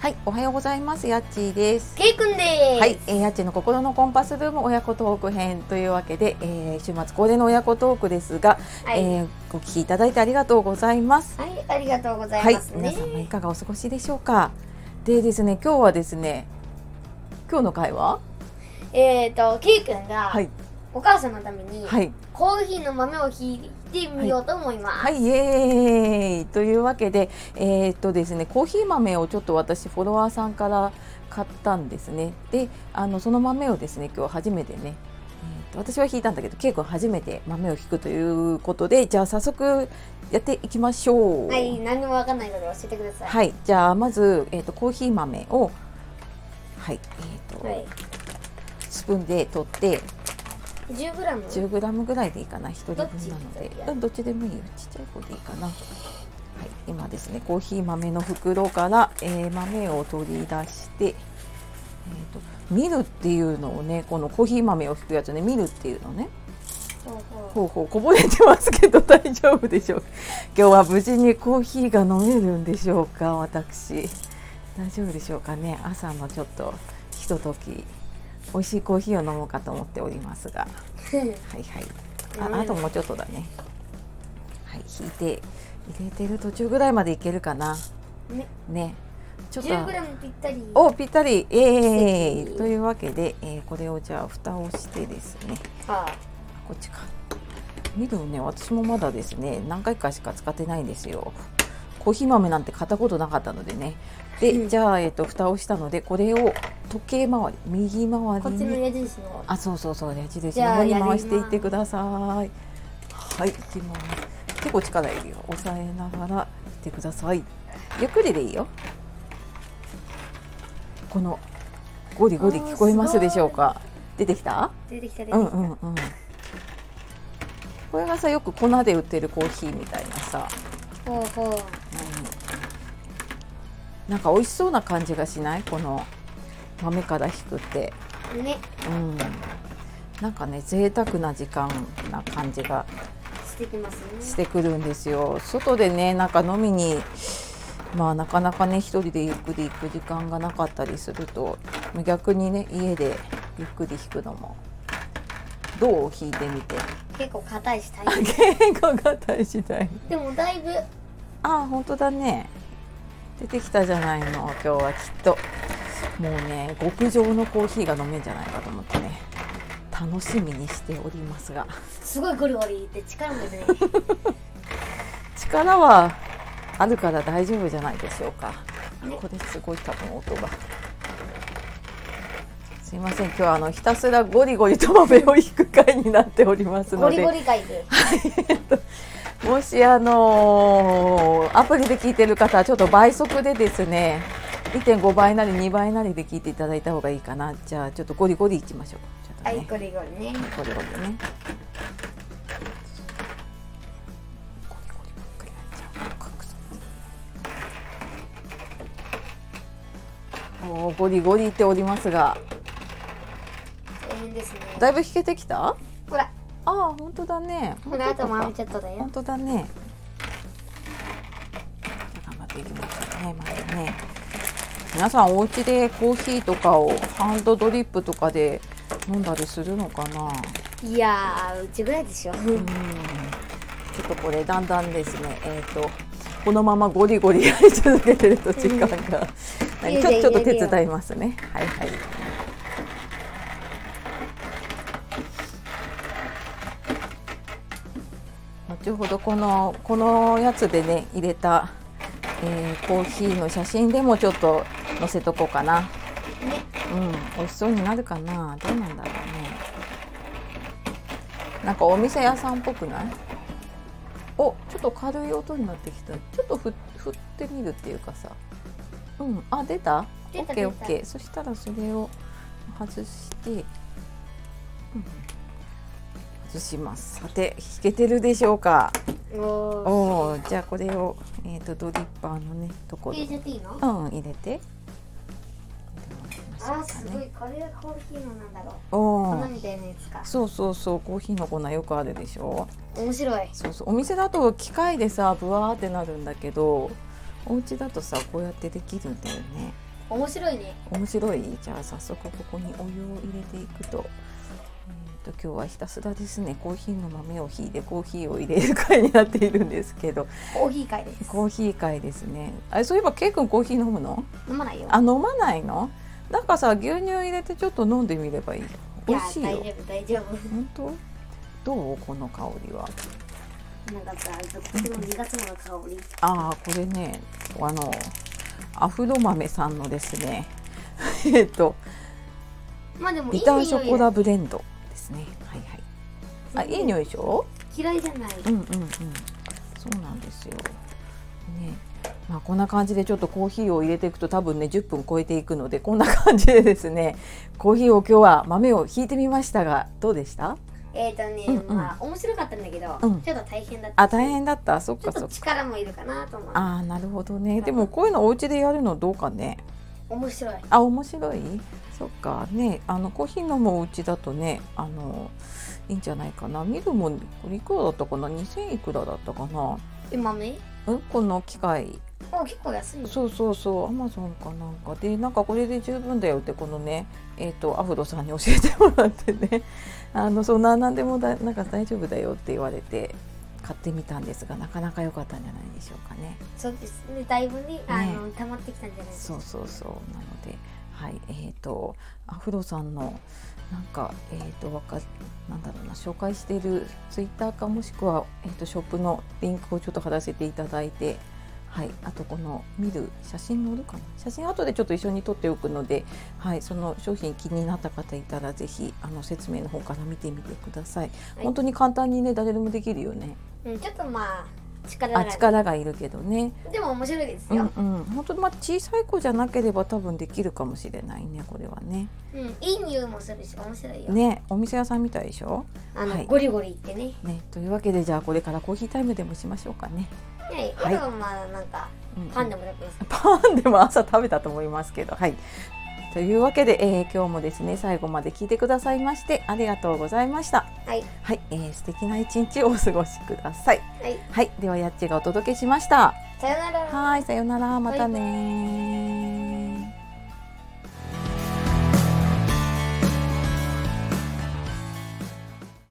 はい、おはようございます。やっちーです。ケイくんです。はい、えー、やっちーの心のコンパスルーム親子トーク編というわけで、えー、週末恒例の親子トークですが、はい。えー、ご聞きいただいてありがとうございます。はい、ありがとうございます皆ね。様いかがお過ごしでしょうか。でですね、今日はですね、今日の会は、えっ、と、ケイくんがはい、お母さんのためにはい、コーヒーの豆をひいてみようと思います。はい、イエーイというわけで、えーっとですね、コーヒー豆をちょっと私フォロワーさんから買ったんですね。で、あのその豆をですね、今日初めてね、えーっと私は引いたんだけど、ケイ君初めて豆を引くということで、じゃあ早速やっていきましょう。はい、何でもわかんないので教えてください。はい、じゃあまずえーっとコーヒー豆をはい、えーっと、はい。スプーンで取って10グラム。 10グラムぐらいでいいかな、一人分なのどでっちでいい、やうん、どっちでもいいよ、ちっちゃい方でいいかな。はい、今ですね、コーヒー豆の袋から、えー豆を取り出して、えーとミルっていうのをね、このコーヒー豆を引くやつね、ミルっていうのね、ほうほうほうほうこぼれてますけど大丈夫でしょうか。今日は無事にコーヒーが飲めるんでしょうか、私。大丈夫でしょうかね、朝のちょっとひととき、美味しいコーヒーを飲もうかと思っておりますが。はいはい。うんあ、あともうちょっとだね。はい、引いて入れてる途中ぐらいまでいけるかな。ねね。ちょっと。 10グラムぴったり。おぴったり、え素ー、敵というわけで、えー、これをじゃあ蓋をしてですねはこっちかミルをね私もまだですね何回かしか使ってないんですよコーヒー豆なんて買ったことなかったのでねうでんじゃあ、えー、と蓋をしたのでこれを時計回り右い。こ回っりちのに矢印の。あ、そうそうそう、矢印じゃのあ方にやりま回すしていってください。はい、いきます。結構力いるよ。押さえながらしてください。ゆっくりでいいよ。このゴリゴリ聞こえますでしょうか。出てきた？出てきた出てきた。うんうんうん。これがさよく粉で売ってるコーヒーみたいなさ、ほうほうんなんか美味しそうな感じがしない？この豆から引くって。う。ね、うん、なんかね贅沢な時間な感じがしてきますね。してくるんですよ外でねなんか飲みにまあなかなかね一人でゆっくり行く時間がなかったりすると逆にね家でゆっくり弾くのもどう弾いてみて結構硬いし大変。結構硬い次第でもだいぶ。ああ本当だね出てきたじゃないの今日はきっともうね極上のコーヒーが飲めんじゃないかと思ってね楽しみにしておりますがすごいゴリゴリって力 も出ない。力はあるから大丈夫じゃないでしょうかねこれすごい多分音がすいません今日はあのひたすらゴリゴリと豆を引く会になっておりますゴのリでゴリ回で。もしあのーアプリで聞いてる方はちょっと倍速でですね1.5倍なり2倍なりで聞いていただいた方がいいかなじゃあちょっとゴリゴリいきましょうちょっとはねい、ゴリゴリね。ゴリゴリね。おーゴリゴリっておりますが、大変ですね。だいぶ引けてきた？あほら、あー、本当だね。ほら、あと豆本ちょっとだよ。当だね。頑張っていきましょうね、まずね。皆さんお家でコーヒーとかをハンドドリップとかで飲んだりするのかな？いやー、うちぐらいでしょ。うんちょっとこれだんだんですね、えー、とこのままゴリゴリやり続けてると時間が、うんちょいいよちょっと手いいよ伝いますねはいはい後ほどこのこのやつでね入れた、えーコーヒーの写真でもちょっと載せとこうかなね、うん、美味しそうになるかなどうなんだろうねなんかお店屋さんっぽくないおちょっと軽い音になってきたちょっとふ振ってみるっていうかさうんあ出た出た ?OKOK、オ出たッケーそしたらそれを外して、うん、外しますさて弾けてるでしょうかおおおじゃあこれを、えー、とドリッパーのねとこー。ろ入れにちゃっていいのう？ん入れて入れてもらいましょうあかー、すごい。これがコーヒーのなんだろう。お粉ーみたいなやつか。そうそうそうコーヒーの粉よくあるでしょ面白い。そうそうお店だと機械でさブワーってなるんだけどお家だとさこうやってできるんだよね面白いね。面白いじゃあ早速ここにお湯を入れていくと,、えー、と今日はひたすらですねコーヒーの豆をひいてコーヒーを入れる会になっているんですけどコーヒー会です。コーヒー会ですねあそういえばケイ君コーヒー飲むの飲まないよ。あ飲まないのなんかさ牛乳入れてちょっと飲んでみればいい美味しいや大よ丈夫大丈夫。本当どうこの香りはなんかさ、今年の2月の香り。ああこれねあのアフロ豆さんのですね えっとまあでもいいビ匂タいーショコラブレンドですねはいはいあいい匂い。いでしょ嫌いじゃない。うんうんうんそうなんですよねまあこんな感じでちょっとコーヒーを入れていくと多分ね10分超えていくのでこんな感じでですね コーヒーを今日は豆をひいてみましたがどうでしたえっ、ー、とね、うんうんまあ面白かったんだけど、うんちょっと大変だった。あ大。変だったそっちょかっそとっか力もいるかなと思う。ああなるほどねでもこういうのお家でやるのどうかね面白い。あ面白いそっかねあのコーヒー飲むお家だとねあのいいんじゃないかなミルもこれいくらだったかな2000いくらだったかなえ、豆うんこの機械お、結構安いね。そうそうそうアマゾンかなんかでなんかこれで十分だよってこのねえっ、とアフロさんに教えてもらってね あのそんな何でもだなんか大丈夫だよって言われて買ってみたんですがなかなか良かったんじゃないでしょうかね。そうですね。だいぶね、あの、溜まってきたんじゃないですそか。うそうそうなのではいえー、とアフロさんのなんかえっ、とわかなんだろうな紹介しているツイッターかもしくはえっ、とショップのリンクをちょっと貼らせていただいて。はい、あとこの見る写真載るかな写真後でちょっと一緒に撮っておくので、はい、その商品気になった方いたらぜひあの説明の方から見てみてください、はい本当に簡単にね誰でもできるよねうん、ちょっとまあ、力があ力がいるけどねでも面白いですうんよ。うん、本当まあ小さい子じゃなければ多分できるかもしれないねこれはねうん、いい匂いもするし、面白いよ。ねお店屋さんみたいでしょ、あの、はいゴリゴリ言ってね。ね、というわけでじゃあこれからコーヒータイムでもしましょうかね、はい。はいあとはまあ、なんか、うん、パンでも食べます。パンでも朝食べたと思いますけどはいというわけで、えー今日もですね最後まで聞いてくださいましてありがとうございましたはい。はい、えー素敵な一日をお過ごしくださいはい。はいではやっちがお届けしましたさよなら。はいさようならまたね